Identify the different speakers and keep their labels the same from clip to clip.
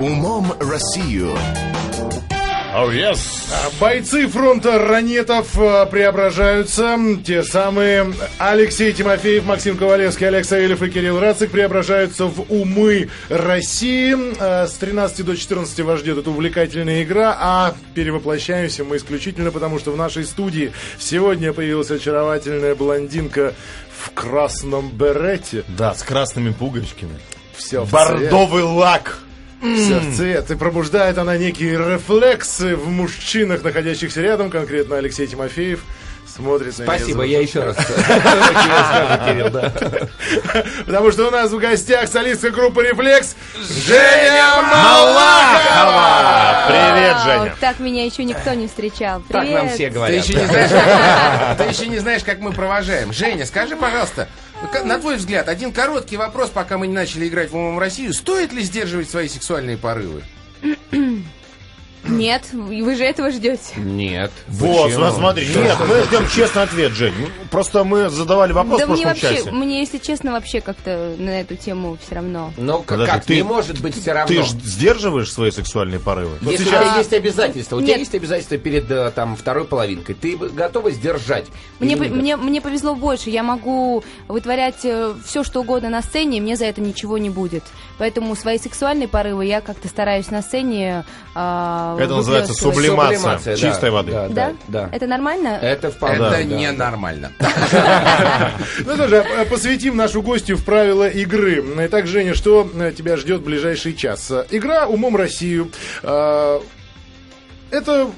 Speaker 1: Умом Россию.
Speaker 2: Oh, yes.
Speaker 3: Бойцы фронта ранетов э, преображаются. Те самые Алексей Тимофеев, Максим Ковалевский, Олег Савельев и Кирилл Рацик преображаются в умы России. Э, С 13 до 14 вас ждет эта увлекательная игра, а перевоплощаемся мы исключительно потому, что в нашей студии сегодня появилась очаровательная блондинка в красном берете.
Speaker 2: Да, с красными пуговичками.
Speaker 3: Все в цвет.
Speaker 2: Бордовый лак.
Speaker 3: Вся в цвет. И пробуждает она некие рефлексы в мужчинах, находящихся рядом, конкретно Алексей Тимофеев. Смотрит на неё
Speaker 4: Спасибо,
Speaker 3: за-
Speaker 4: я еще раз. Кирилл, да.
Speaker 3: Потому что у нас в гостях солистка группы «Рефлекс» Женя Малахова!
Speaker 2: А, Привет,
Speaker 5: Вау,
Speaker 2: Женя.
Speaker 5: Так меня еще никто не встречал. Привет.
Speaker 4: Так нам все
Speaker 6: Ты
Speaker 4: говорят.
Speaker 6: еще, не знаешь, ты еще не знаешь, как мы провожаем. Женя, скажи, пожалуйста, к- на твой взгляд, один короткий вопрос, пока мы не начали играть в «Умом Россию». Стоит ли сдерживать свои сексуальные порывы?
Speaker 5: Нет, вы же этого ждете.
Speaker 6: Нет.
Speaker 2: Вот, смотри. Нет, мы ждем честный ответ, Жень. Ну, Просто мы задавали вопрос
Speaker 5: да
Speaker 2: в
Speaker 5: мне
Speaker 2: прошлом
Speaker 5: вообще,
Speaker 2: часе.
Speaker 5: мне, если честно, вообще как-то на эту тему все равно.
Speaker 4: Ну, как,
Speaker 2: Подожди,
Speaker 4: как
Speaker 2: ты-
Speaker 4: не может быть все равно.
Speaker 2: Ты ж сдерживаешь свои сексуальные порывы?
Speaker 4: Если у тебя есть обязательства, у тебя есть обязательства перед э, там второй половинкой, ты бы готова сдержать?
Speaker 5: Мне,
Speaker 4: Или
Speaker 5: по-
Speaker 4: нет?
Speaker 5: мне, мне повезло больше. Я могу вытворять все, что угодно на сцене, и мне за это ничего не будет. Поэтому свои сексуальные порывы я как-то стараюсь на сцене... а,
Speaker 2: Это называется
Speaker 5: выплескивать.
Speaker 2: сублим- сублимация
Speaker 4: да,
Speaker 2: чистой воды.
Speaker 4: Да,
Speaker 5: Да?
Speaker 4: да, да.
Speaker 5: Это нормально?
Speaker 4: Это вполне.
Speaker 6: Это
Speaker 4: да.
Speaker 6: ненормально.
Speaker 3: Ну тоже, а, посвятим нашу гостью в правила игры. Итак, Женя, что э, тебя ждет в ближайший час? Э, Игра «Умом Россию». Э, Это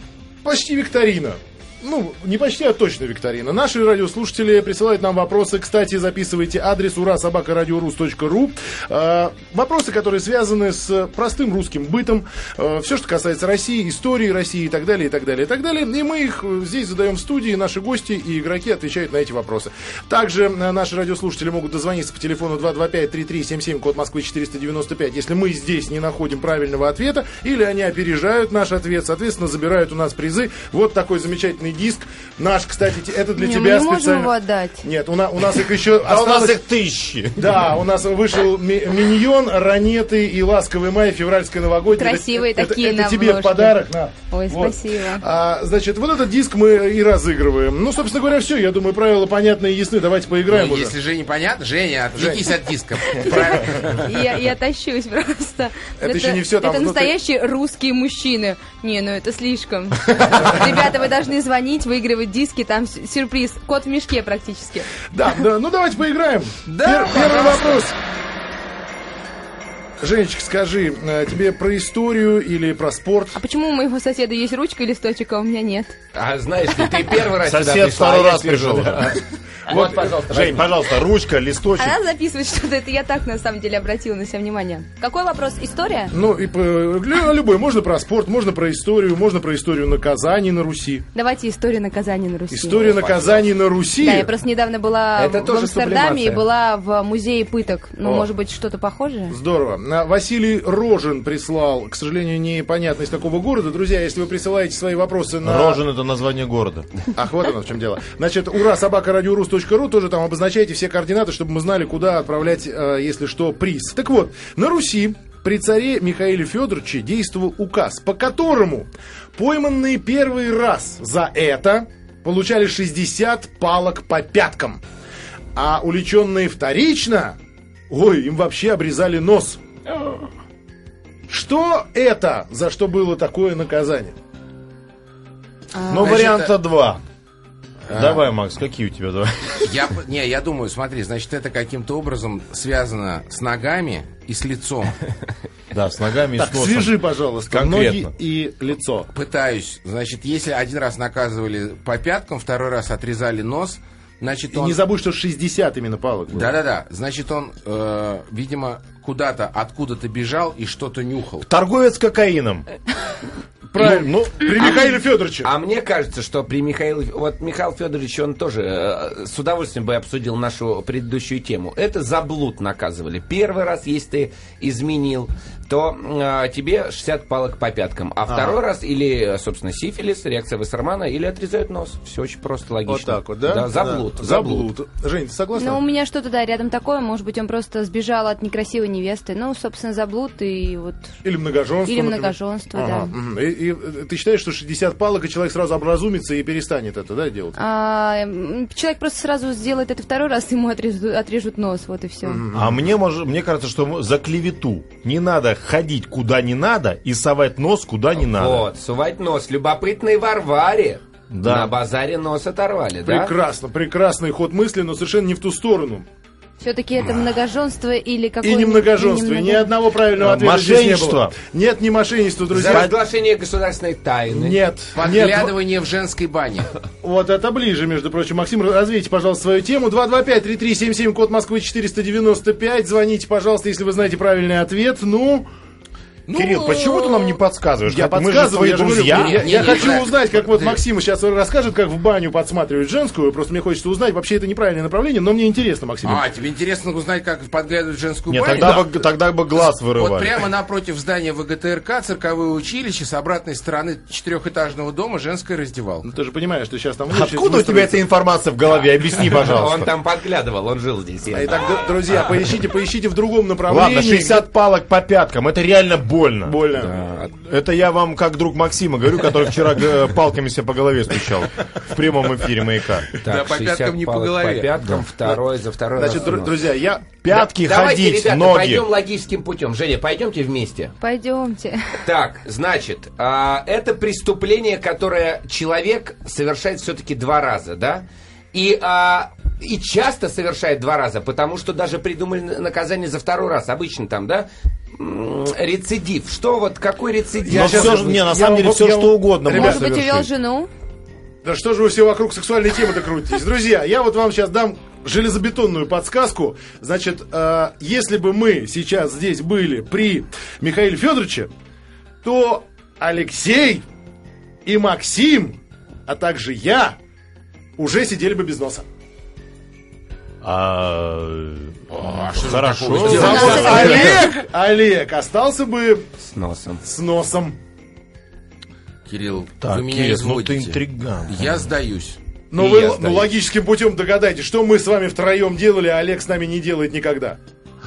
Speaker 3: почти викторина. Ну, не почти, а точно викторина. Наши радиослушатели присылают нам вопросы. Кстати, записывайте адрес ура.собакарадиорус.ру. Э, Вопросы, которые связаны с простым русским бытом. Все, что касается России, истории России и так далее, и так далее, и так далее. И мы их э, здесь задаем в студии. Наши гости и игроки отвечают на эти вопросы. Также э, наши радиослушатели могут дозвониться по телефону 225-3377, код Москвы 495, если мы здесь не находим правильного ответа, или они опережают наш ответ, соответственно, забирают у нас призы. Вот такой замечательный диск. Наш, кстати, те- это для
Speaker 5: Не,
Speaker 3: тебя
Speaker 5: мы не можем
Speaker 3: специально.
Speaker 5: его отдать.
Speaker 3: Нет, у, на- у нас их еще
Speaker 2: А у нас
Speaker 3: осталось-
Speaker 2: их тысячи.
Speaker 3: да, у нас вышел ми- миньон, ранеты и ласковый май, февральское новогоднее.
Speaker 5: Красивые
Speaker 3: Это- это-
Speaker 5: такие
Speaker 3: Это
Speaker 5: на
Speaker 3: тебе в
Speaker 5: обложке.
Speaker 3: подарок. на.
Speaker 5: Ой,
Speaker 3: Вот.
Speaker 5: спасибо.
Speaker 3: А, значит, вот этот диск мы и разыгрываем. Ну, собственно говоря, все. Я думаю, правила понятные и ясны. Давайте поиграем
Speaker 6: Ну,
Speaker 3: уже.
Speaker 6: Если Жене понятно, Женя, отвлекись от дисков. Правильно.
Speaker 5: Я, я тащусь просто.
Speaker 3: Это еще не всё, там
Speaker 5: Это
Speaker 3: внутри-
Speaker 5: настоящие русские мужчины. Не, ну это слишком. Ребята, вы должны звонить, выигрывать диски, там с- сюрприз. Кот в мешке практически.
Speaker 3: Да, да, ну давайте поиграем.
Speaker 6: Да,
Speaker 3: Пер- первый вопрос. Женечка, скажи, э, тебе про историю или про спорт?
Speaker 5: А почему у моего соседа есть ручка и листочек, а у меня нет?
Speaker 4: А знаешь ли, ты первый раз сюда
Speaker 2: Сосед
Speaker 4: пришла, а
Speaker 2: второй
Speaker 4: я
Speaker 2: раз
Speaker 4: сижу.
Speaker 2: пришел.
Speaker 4: Вот, пожалуйста,
Speaker 2: Жень, пожалуйста, ручка, листочек.
Speaker 5: Она записывает что-то, это я так на самом деле обратила на себя внимание. Какой вопрос? История?
Speaker 3: Ну, и по- лю- любой. Можно про спорт, можно про историю, можно про историю наказаний на Руси.
Speaker 5: Давайте историю наказания на Руси.
Speaker 6: Ну,
Speaker 3: История наказаний на Руси.
Speaker 5: Да, я просто недавно была
Speaker 4: Это
Speaker 5: в
Speaker 4: тоже
Speaker 5: Амстердаме и
Speaker 4: сублимация.
Speaker 5: была в музее пыток. Ну,
Speaker 3: О.
Speaker 5: может быть, что-то похожее?
Speaker 3: Здорово. А, Василий Рожин прислал, к сожалению, непонятно из какого города. Друзья, если вы присылаете свои вопросы на...
Speaker 2: Рожен это название города.
Speaker 4: А.
Speaker 3: Ах, вот оно в чем дело. Значит, ура, собака ру тоже там обозначайте все координаты, чтобы мы знали, куда отправлять, э, если что, приз. Так вот, на Руси при царе Михаиле Федоровиче действовал указ, по которому пойманные первый раз за это получали 60 палок по пяткам, а уличенные вторично, ой, им вообще обрезали нос. Что это, за что было такое наказание?
Speaker 2: Ну,
Speaker 6: Значит,
Speaker 2: варианта
Speaker 6: а-
Speaker 2: два.
Speaker 4: а.
Speaker 2: Давай, Макс, какие у тебя два?
Speaker 6: Я, п- не, я думаю, смотри, значит, это каким-то образом связано с ногами и с лицом.
Speaker 2: Да, с ногами и с
Speaker 3: Так,
Speaker 2: носом.
Speaker 3: свяжи, пожалуйста,
Speaker 2: Конкретно.
Speaker 3: ноги и лицо.
Speaker 6: Пытаюсь. Значит, если один раз наказывали по пяткам, второй раз отрезали нос, значит,
Speaker 3: И
Speaker 6: он...
Speaker 3: не забудь, что 60 именно палок было.
Speaker 6: Да-да-да. Значит, он, э, видимо, куда-то, откуда-то бежал и что-то нюхал.
Speaker 2: Торговец кокаином.
Speaker 3: Правильно. Ну, при Михаиле Федоровиче.
Speaker 4: А мне кажется, что при Михаиле... Вот Михаил Федорович, он тоже э, с удовольствием бы обсудил нашу предыдущую тему. Это за блуд наказывали. Первый раз, если ты изменил, то э, тебе 60 палок по пяткам. А второй раз или, э, собственно, сифилис, реакция Вассермана, или отрезают нос. Все очень просто, логично.
Speaker 3: Вот так вот, да?
Speaker 4: Да, заблуд.
Speaker 3: Да.
Speaker 4: Заблуд.
Speaker 3: Заблуд. Жень, ты согласна?
Speaker 5: Ну, у меня что-то, да, рядом такое. Может быть, он просто сбежал от некрасивой невесты. Ну, собственно, заблуд и вот...
Speaker 3: Или многоженство.
Speaker 5: Или
Speaker 3: Ну, например.
Speaker 5: многоженство, да.
Speaker 3: Ага, мгм. И, и, э, ты считаешь, что 60 палок, и человек сразу образумится и перестанет это, да, делать?
Speaker 5: А, м, человек просто сразу сделает это второй раз, ему отрежут, отрежут нос, вот и все.
Speaker 2: А мне, мож- мне кажется, что мы- за клевету не надо ходить куда не надо и совать нос куда не надо.
Speaker 4: Вот, сувать нос. Любопытные Варваре
Speaker 2: Да.
Speaker 4: на базаре нос оторвали, да?
Speaker 3: Прекрасно, прекрасный ход мысли, но совершенно не в ту сторону.
Speaker 5: Все-таки это многоженство или
Speaker 3: И
Speaker 5: какое
Speaker 3: не многоженство, и
Speaker 5: или
Speaker 3: ни
Speaker 5: не много-
Speaker 3: одного правильного
Speaker 2: А,
Speaker 3: ответа здесь не было.
Speaker 2: мошенничество.
Speaker 3: Нет, не мошеннество,
Speaker 4: За
Speaker 3: друзья.
Speaker 4: разглашение государственной тайны.
Speaker 3: Нет, нет, в-
Speaker 6: Подглядывание в женской бане.
Speaker 3: вот это ближе, между прочим. Максим, развейте, пожалуйста, свою тему. 225-3377, код Москвы 495. Звоните, пожалуйста, если вы знаете правильный ответ. Ну,
Speaker 2: Кирилл, почему ты нам не подсказываешь?
Speaker 3: я
Speaker 2: Как-
Speaker 3: подсказываю,
Speaker 2: Мы
Speaker 3: я
Speaker 2: же твои
Speaker 3: же говорю,
Speaker 2: друзья.
Speaker 3: я,
Speaker 6: Не,
Speaker 3: я
Speaker 6: не,
Speaker 3: хочу
Speaker 6: не.
Speaker 3: узнать, как вот Максим сейчас расскажет, как в баню подсматривают женскую. Просто мне хочется узнать, вообще это неправильное направление, но мне интересно, Максим.
Speaker 6: А, тебе интересно узнать, как подглядывают в женскую
Speaker 2: Ну, Нет,
Speaker 6: баню?
Speaker 2: тогда, бы, тогда бы глаз вырывали.
Speaker 6: Вот прямо напротив здания ВГТРК цирковое училище с обратной стороны четырехэтажного дома женская раздевалка.
Speaker 3: Ну, ты же понимаешь, что сейчас там...
Speaker 2: Откуда у тебя эта информация в голове? Объясни,
Speaker 4: Он
Speaker 2: пожалуйста.
Speaker 4: там подглядывал, он жил здесь. я
Speaker 3: Итак, д- друзья,
Speaker 6: А.
Speaker 3: поищите, поищите в другом направлении.
Speaker 2: Ладно, 60 палок по пяткам. Это реально больно.
Speaker 3: Больно.
Speaker 2: Это я вам как друг Максима говорю, который вчера э, палками себе по голове стучал в прямом эфире «Маяка».
Speaker 4: Так,
Speaker 6: Да, по
Speaker 4: 60
Speaker 6: пяткам не по
Speaker 4: палок
Speaker 6: голове.
Speaker 4: По пяткам, второй, за второй
Speaker 3: Значит,
Speaker 4: раз
Speaker 3: дру-
Speaker 4: нос.
Speaker 3: друзья, я...
Speaker 2: Пятки
Speaker 4: Давайте,
Speaker 2: ходить,
Speaker 4: ребята,
Speaker 2: ноги.
Speaker 4: пойдем логическим путем. Женя, пойдемте вместе.
Speaker 5: Пойдемте.
Speaker 4: Так, значит, а, это преступление, которое человек совершает все-таки два раза, да? И, а, и часто совершает два раза, потому что даже придумали на- наказание за второй раз. Обычно там, да? М, Рецидив. Что вот, какой рецидив?
Speaker 2: Но
Speaker 4: Может
Speaker 2: все же,
Speaker 4: быть,
Speaker 2: не, на
Speaker 3: я
Speaker 2: самом
Speaker 3: вам-
Speaker 2: деле, все
Speaker 3: я вам-
Speaker 2: что угодно
Speaker 3: Ребята,
Speaker 5: Может
Speaker 2: можно
Speaker 5: быть, увел
Speaker 2: совершить.
Speaker 5: жену?
Speaker 3: Да что же вы все вокруг сексуальной темы-то крутитесь? Друзья, я вот вам сейчас дам железобетонную подсказку. Значит, э, если бы мы сейчас здесь были при Михаиле Федоровиче, то Алексей и Максим, а также я, уже сидели бы без носа.
Speaker 2: А,
Speaker 6: такого
Speaker 2: Хорошо.
Speaker 6: сделал?
Speaker 3: А вот Олег, Олег остался бы
Speaker 4: С носом.
Speaker 3: с носом.
Speaker 6: Кирилл,
Speaker 2: Так,
Speaker 6: вы меня
Speaker 2: Кирилл, ну
Speaker 6: изводите.
Speaker 2: ты интригант.
Speaker 6: Я сдаюсь.
Speaker 3: Но
Speaker 4: И
Speaker 3: вы
Speaker 4: я
Speaker 3: л- ну,
Speaker 4: сдаюсь.
Speaker 3: логическим путем догадайтесь, что мы с вами втроем делали, а Олег с нами не делает никогда.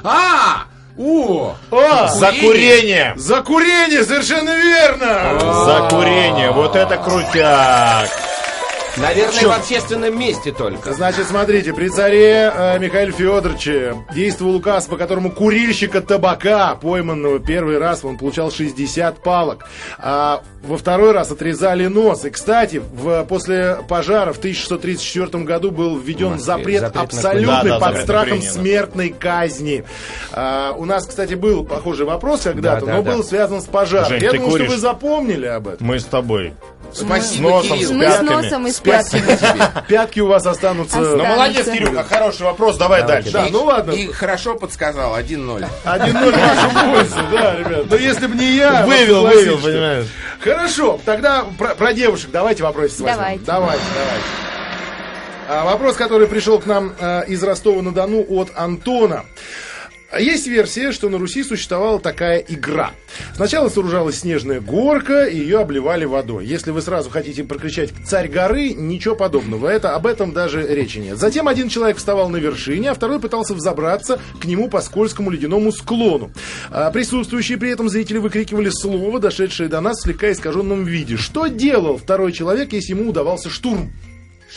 Speaker 6: А! О!
Speaker 3: А,
Speaker 2: За курение!
Speaker 3: За курение, совершенно верно!
Speaker 4: Э,
Speaker 2: За курение! Вот это крутяк!
Speaker 4: Наверное, в общественном месте только.
Speaker 3: Значит, смотрите, при царе э, Михаиле Федоровиче действовал указ, по которому курильщика табака, пойманного первый раз, он получал 60 палок. А во второй раз отрезали нос. И, кстати, в- после пожара в 1634 году был введен
Speaker 4: Москве
Speaker 3: запрет,
Speaker 4: запрет на курение.
Speaker 3: абсолютный
Speaker 2: Да, да, запрет
Speaker 3: под
Speaker 2: на
Speaker 3: страхом
Speaker 2: курение, да.
Speaker 3: смертной казни. А, у нас, кстати, был похожий вопрос когда-то,
Speaker 4: Да, да,
Speaker 3: но
Speaker 4: да.
Speaker 3: был связан с пожаром.
Speaker 2: Жень,
Speaker 3: Я
Speaker 2: ты
Speaker 3: думаю,
Speaker 2: куришь?
Speaker 3: что вы запомнили об этом.
Speaker 2: Мы с тобой. С
Speaker 6: Спасибо,
Speaker 2: носом, с
Speaker 6: Кирилл.
Speaker 5: Мы с
Speaker 2: пятками.
Speaker 5: носом и с
Speaker 3: Спасибо
Speaker 5: пятками.
Speaker 6: тебе.
Speaker 3: Пятки у вас останутся...
Speaker 5: Останутся. Да,
Speaker 2: Молодец,
Speaker 5: ну что?
Speaker 2: Кирюха, хороший вопрос, давай дальше.
Speaker 3: Да, ну ладно.
Speaker 6: И хорошо подсказал, 1-0.
Speaker 3: 1-0 в вашу пользу, да, ребят. Но Ну, если бы не я... вот
Speaker 2: Вывел,
Speaker 3: согласись,
Speaker 2: вывел,
Speaker 3: что-
Speaker 2: понимаешь?
Speaker 3: Хорошо, тогда про, про девушек давайте вопросик возьмем.
Speaker 5: Давайте.
Speaker 3: Давайте, давайте. А, вопрос, который пришел к нам э, из Ростова-на-Дону от Антона. А Есть версия, что на Руси существовала такая игра. Сначала сооружалась снежная горка, и ее обливали водой. Если вы сразу хотите прокричать «Царь горы», ничего подобного. Это, об этом даже речи нет. Затем один человек вставал на вершине, а второй пытался взобраться к нему по скользкому ледяному склону. А присутствующие при этом зрители выкрикивали слово, дошедшее до нас в слегка искаженном виде. Что делал второй человек, если ему удавался штурм?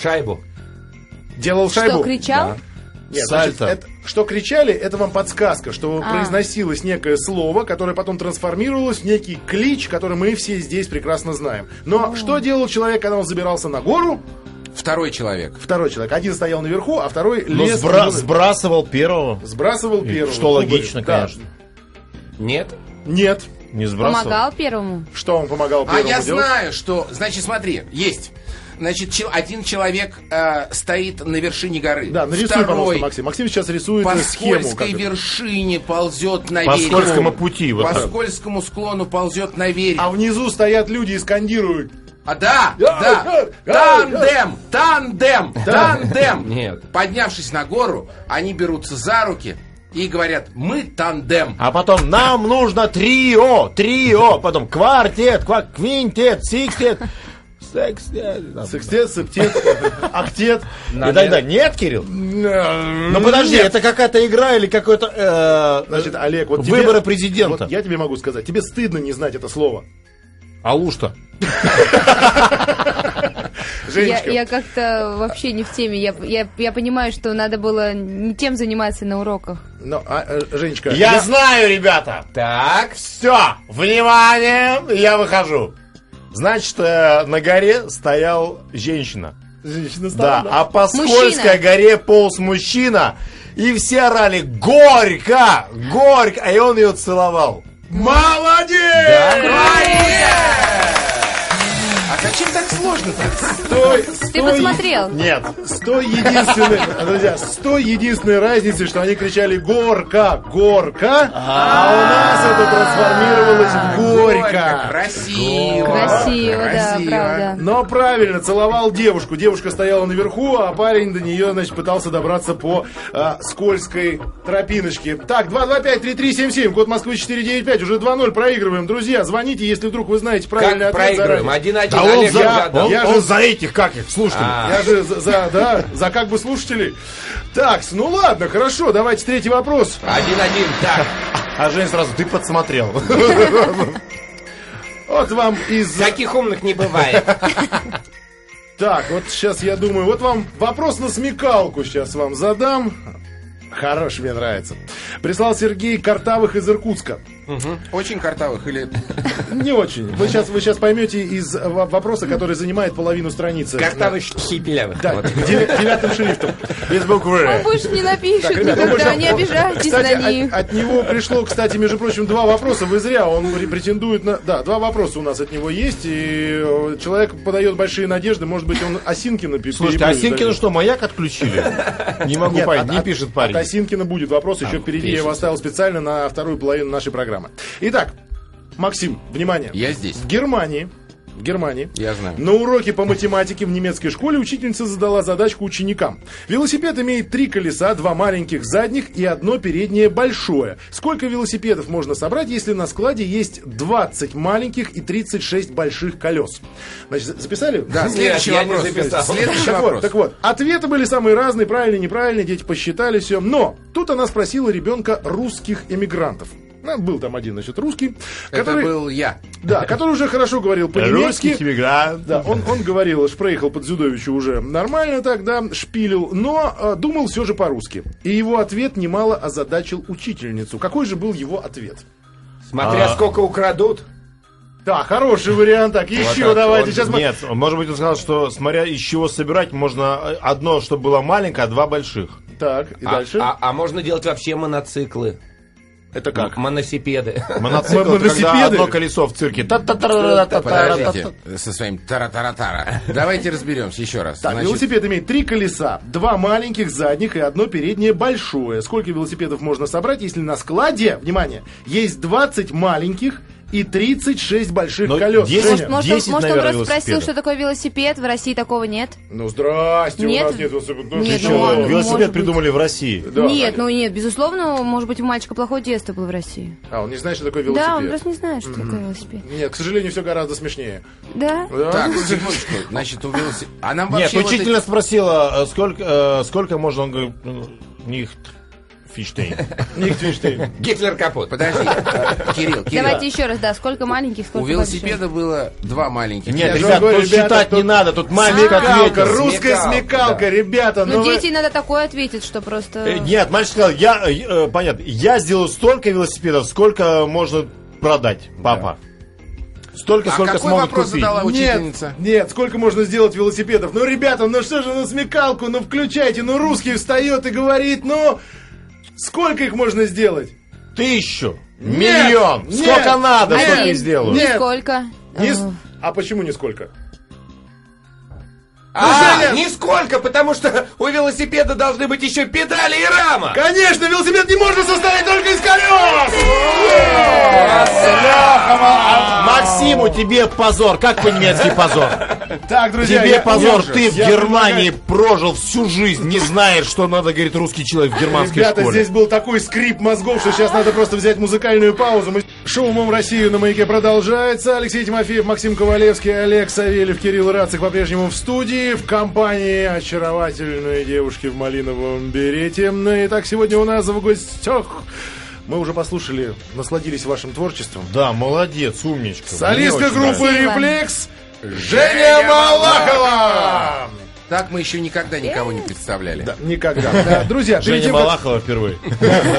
Speaker 4: Шайбу.
Speaker 3: Делал шайбу.
Speaker 5: Что, кричал?
Speaker 3: Нет,
Speaker 2: Сальто.
Speaker 3: значит, это- что кричали, это вам подсказка, что
Speaker 5: А.
Speaker 3: произносилось некое слово, которое потом трансформировалось в некий клич, который мы все здесь прекрасно знаем. Но что делал человек, когда он забирался на гору?
Speaker 6: Второй человек.
Speaker 3: Второй человек. Один стоял наверху, а второй
Speaker 2: Ну,
Speaker 3: лез.
Speaker 2: сбра-
Speaker 3: Ну,
Speaker 2: сбрасывал первого.
Speaker 3: Сбрасывал первого. Ну,
Speaker 2: Что логично,
Speaker 3: Да.
Speaker 2: конечно.
Speaker 4: Нет?
Speaker 3: Нет.
Speaker 2: Не сбрасывал.
Speaker 5: Помогал первому?
Speaker 3: Что он помогал
Speaker 6: А
Speaker 3: первому
Speaker 6: я
Speaker 3: делать?
Speaker 6: знаю, что... Значит, смотри, есть. Значит, чел- один человек э, стоит на вершине горы.
Speaker 3: Да, нарисуй,
Speaker 6: Второй
Speaker 3: пожалуйста, Максим. Максим сейчас рисует э,
Speaker 6: по
Speaker 3: схему. как
Speaker 6: скользкой
Speaker 3: это.
Speaker 6: вершине ползет наверх.
Speaker 2: По скользкому пути, вот
Speaker 6: По
Speaker 2: так.
Speaker 6: скользкому склону ползет наверх.
Speaker 3: А внизу стоят люди и скандируют.
Speaker 6: А да,
Speaker 3: Я-
Speaker 6: да,
Speaker 3: я-
Speaker 6: тандем, тандем, тандем.
Speaker 4: Нет.
Speaker 6: Поднявшись на гору, они берутся за руки, и говорят, мы тандем.
Speaker 2: А потом нам нужно трио, трио, потом квартет, ква- квинтет, сикстет, секстет,
Speaker 3: Секстет, септет, октет.
Speaker 2: и так далее. Нет, Кирилл? Ну
Speaker 3: Ну
Speaker 2: подожди, это какая-то игра или какой-то э,
Speaker 3: Значит, Олег, вот тебе-
Speaker 2: выборы президента.
Speaker 3: Вот я тебе могу сказать, тебе стыдно не знать это слово.
Speaker 2: А что?
Speaker 5: Я,
Speaker 3: Женечка,
Speaker 5: я как-то вообще не в теме. Я, я, я понимаю, что надо было не тем заниматься на уроках.
Speaker 3: ну, а, э, Женечка,
Speaker 2: Я знаю, ребята.
Speaker 4: Так,
Speaker 2: Все, внимание, я выхожу. Значит, э, на горе стоял женщина.
Speaker 3: женщина
Speaker 2: Да,
Speaker 3: стала.
Speaker 2: а по
Speaker 5: Мужчина.
Speaker 2: скользкой горе полз мужчина, и все орали «Горько! Горько!» А и он ее целовал.
Speaker 3: Молодец!
Speaker 6: А зачем так сложно-то?
Speaker 3: Стой,
Speaker 5: Ты
Speaker 3: стой,
Speaker 5: посмотрел?
Speaker 2: Нет.
Speaker 3: С той единственной, друзья, с той единственной разницей, что они кричали «Горка! Горка!», а у нас это трансформировалось в «Горько».
Speaker 6: Красиво.
Speaker 5: Красиво, да, правда.
Speaker 3: Но правильно, целовал девушку. Девушка стояла наверху, а парень до нее, значит, пытался добраться по а, скользкой тропиночке. Так, 225-3377, код Москвы 495, уже 2-0 проигрываем. Друзья, звоните, если вдруг вы знаете правильный
Speaker 4: как
Speaker 3: ответ.
Speaker 4: проигрываем?
Speaker 3: заранее.
Speaker 4: Один-один.
Speaker 2: Да он
Speaker 4: Олег
Speaker 2: за,
Speaker 4: уже
Speaker 3: я-
Speaker 4: отдал.
Speaker 2: он-
Speaker 3: я
Speaker 2: он
Speaker 3: же-
Speaker 2: за этих, как их, слушателей.
Speaker 4: А.
Speaker 3: Я же за, за- да, за как бы слушателей. Так, ну ладно, хорошо, давайте третий вопрос.
Speaker 4: Один-один, так.
Speaker 2: А Жень сразу, ты подсмотрел.
Speaker 3: Вот вам из...
Speaker 4: Таких умных не бывает.
Speaker 3: Так, вот сейчас я думаю, вот вам вопрос на смекалку сейчас вам задам. Хорош, мне нравится. Прислал Сергей Картавых из Иркутска.
Speaker 6: Очень картавых или...
Speaker 3: Не очень. Вы сейчас, вы сейчас поймете из во- вопроса, который занимает половину страницы.
Speaker 4: Картавы щепелявых.
Speaker 3: Да,
Speaker 4: Вот.
Speaker 3: де- девятым шрифтом.
Speaker 2: Без буквы
Speaker 5: Он
Speaker 2: «Р».
Speaker 5: больше А не напишет
Speaker 3: Так, ребята, ну,
Speaker 5: никогда,
Speaker 3: больше-
Speaker 5: не обижайтесь
Speaker 3: Кстати, а
Speaker 5: на них.
Speaker 3: от, от него пришло, кстати, между прочим, два вопроса. Вы зря, он ре- претендует на... Да, два вопроса у нас от него есть. И э, человек подает большие надежды. Может быть, он Осинкина пи-
Speaker 2: Слушайте, а
Speaker 3: переплюнет,
Speaker 2: Синкина
Speaker 3: да?
Speaker 2: что, маяк отключили? Не могу
Speaker 3: Нет,
Speaker 2: понять,
Speaker 3: от-
Speaker 2: не
Speaker 3: от-
Speaker 2: пишет парень. А, ну,
Speaker 3: От Осинкина будет вопрос, еще впереди. Я его оставил специально на вторую половину нашей программы. Итак, Максим, внимание.
Speaker 6: Я здесь.
Speaker 3: В Германии, в Германии,
Speaker 6: Я знаю.
Speaker 3: на уроке по математике в немецкой школе учительница задала задачку ученикам. Велосипед имеет три колеса, два маленьких задних и одно переднее большое. Сколько велосипедов можно собрать, если на складе есть 20 маленьких и 36 больших колес? Значит, за- записали? Ну,
Speaker 6: Да, следующий
Speaker 4: я не
Speaker 6: вопрос.
Speaker 4: записал.
Speaker 6: Следующий
Speaker 3: Так вот,
Speaker 6: вопрос.
Speaker 3: так вот, ответы были самые разные, правильные, неправильные, дети посчитали все. Но тут она спросила ребенка русских эмигрантов. Ну, Был там один, значит, русский,
Speaker 6: Это
Speaker 3: который,
Speaker 6: был я.
Speaker 3: да, который уже хорошо говорил по-немецки.
Speaker 2: Русский иммигрант.
Speaker 3: Да, он, он говорил, шпрейхал под Зюдовичу уже нормально тогда, шпилил, но э, думал все же по-русски. И его ответ немало озадачил учительницу. Какой же был его ответ?
Speaker 4: Смотря
Speaker 3: А.
Speaker 4: сколько украдут.
Speaker 3: Да, хороший вариант. Так,
Speaker 2: Вот
Speaker 3: еще
Speaker 2: так.
Speaker 3: давайте.
Speaker 2: Он-
Speaker 3: Сейчас мы...
Speaker 2: Нет, может быть, он сказал, что смотря из чего собирать, можно э, одно, чтобы было маленькое, а два больших.
Speaker 3: Так, и
Speaker 4: А,
Speaker 3: дальше.
Speaker 4: а- а можно делать вообще моноциклы.
Speaker 3: Это как?
Speaker 4: М- Моносипеды.
Speaker 2: Моноцикл,
Speaker 3: М-
Speaker 2: это когда
Speaker 3: моносипеды?
Speaker 2: одно колесо в цирке.
Speaker 6: Подождите,
Speaker 2: Та-та-та-та-та-та-та-та.
Speaker 6: со своим тара-тара-тара. Давайте разберемся еще раз.
Speaker 3: Так,
Speaker 6: Значит,
Speaker 3: велосипед имеет три колеса, два маленьких задних и одно переднее большое. Сколько велосипедов можно собрать, если на складе, внимание, есть 20 маленьких и 36 больших
Speaker 2: Но
Speaker 3: колес?
Speaker 2: есть-
Speaker 3: Женя,
Speaker 5: Может,
Speaker 2: Десять,
Speaker 5: он, может, он
Speaker 2: наверное,
Speaker 5: просто спросил,
Speaker 2: велосипедов.
Speaker 5: что такое велосипед, в России такого нет?
Speaker 3: Ну, здрасте, у
Speaker 5: Нет,
Speaker 3: нас нет велосипедов. Ну,
Speaker 5: нет,
Speaker 3: ты
Speaker 5: ну,
Speaker 3: чего?
Speaker 5: ладно.
Speaker 2: Велосипед
Speaker 5: может
Speaker 2: придумали в России.
Speaker 3: Да,
Speaker 5: нет,
Speaker 3: да.
Speaker 5: ну нет, безусловно, может быть, у мальчика плохое детство было в России.
Speaker 3: А, он не знает, что такое
Speaker 5: Да, он
Speaker 3: велосипед.
Speaker 5: просто не знает, что такое велосипед.
Speaker 3: Нет, к сожалению, все гораздо смешнее.
Speaker 5: Да?
Speaker 3: Ну, Да?
Speaker 6: Так, секундочку. Значит, у велосипеда... А нам
Speaker 2: Нет,
Speaker 6: вообще... вот эти-
Speaker 2: учительница спросила, э, сколько, э, сколько можно, он говорит, ну, них фиштейн.
Speaker 3: Лихтенштейн.
Speaker 4: Гитлер капот.
Speaker 6: Подожди, э, Кирилл, Кирилл.
Speaker 5: Давайте еще раз, да, сколько маленьких, сколько
Speaker 6: У велосипеда было два маленьких.
Speaker 2: Нет,
Speaker 3: же
Speaker 2: ребят,
Speaker 3: говорю,
Speaker 2: тут
Speaker 3: ребята,
Speaker 2: считать
Speaker 3: тут
Speaker 2: не надо, тут мальчик
Speaker 3: Смекалка,
Speaker 2: ответил.
Speaker 3: русская
Speaker 4: Смекалка,
Speaker 3: смекалка,
Speaker 4: да.
Speaker 3: ребята.
Speaker 5: Ну,
Speaker 3: ну вы-
Speaker 5: дети надо такое ответить, что просто...
Speaker 2: Э, Нет, мальчик сказал, я, э, э, понятно, я сделаю столько велосипедов, сколько можно продать, папа. Столько,
Speaker 6: А
Speaker 2: сколько
Speaker 6: какой
Speaker 2: смогут
Speaker 6: вопрос
Speaker 2: купить.
Speaker 6: задала
Speaker 3: Нет,
Speaker 6: учительница?
Speaker 3: нет, сколько можно сделать велосипедов? Ну, ребята, ну что же, ну смекалку, ну включайте, ну русский встает и говорит, ну сколько их можно сделать?
Speaker 2: Тысячу,
Speaker 3: Нет,
Speaker 2: миллион,
Speaker 3: нет,
Speaker 2: сколько надо,
Speaker 5: Один,
Speaker 2: сколько я сделаю.
Speaker 5: ни
Speaker 3: Нет.
Speaker 5: сколько.
Speaker 3: Не с-
Speaker 5: Э,
Speaker 3: А почему нисколько?
Speaker 4: А,
Speaker 6: А,
Speaker 4: Ну,
Speaker 3: Женя!
Speaker 4: нисколько, потому что у велосипеда должны быть еще педали и рама.
Speaker 3: Конечно, велосипед не можно состоять только из колес!
Speaker 2: Максим Максиму тебе позор. Как по-немецки позор?
Speaker 3: Так, друзья,
Speaker 2: Тебе
Speaker 3: я-
Speaker 2: позор.
Speaker 3: я-
Speaker 2: Ты в
Speaker 3: я
Speaker 2: Германии прожил всю жизнь, не знаешь, что надо, говорит, русский человек в германской
Speaker 3: Ребята,
Speaker 2: школе.
Speaker 3: здесь был такой скрип мозгов, что сейчас надо просто взять музыкальную паузу. Мы... Шоу «Мом Россию» на маяке продолжается. Алексей Тимофеев, Максим Ковалевский, Олег Савельев, Кирилл Рацик по-прежнему в студии, в компании очаровательной девушки в малиновом берете. Ну, Итак, сегодня у нас в гостях... Мы уже послушали, насладились вашим творчеством.
Speaker 2: Да, молодец, умничка.
Speaker 3: Солистка
Speaker 2: Мне очень
Speaker 3: группы
Speaker 5: нравится.
Speaker 3: «Рефлекс» Женя Малахова!
Speaker 6: Так мы еще никогда никого не представляли.
Speaker 3: Да, никогда. Да, Друзья, перед
Speaker 2: Женя
Speaker 3: тем, как-
Speaker 2: Малахова впервые.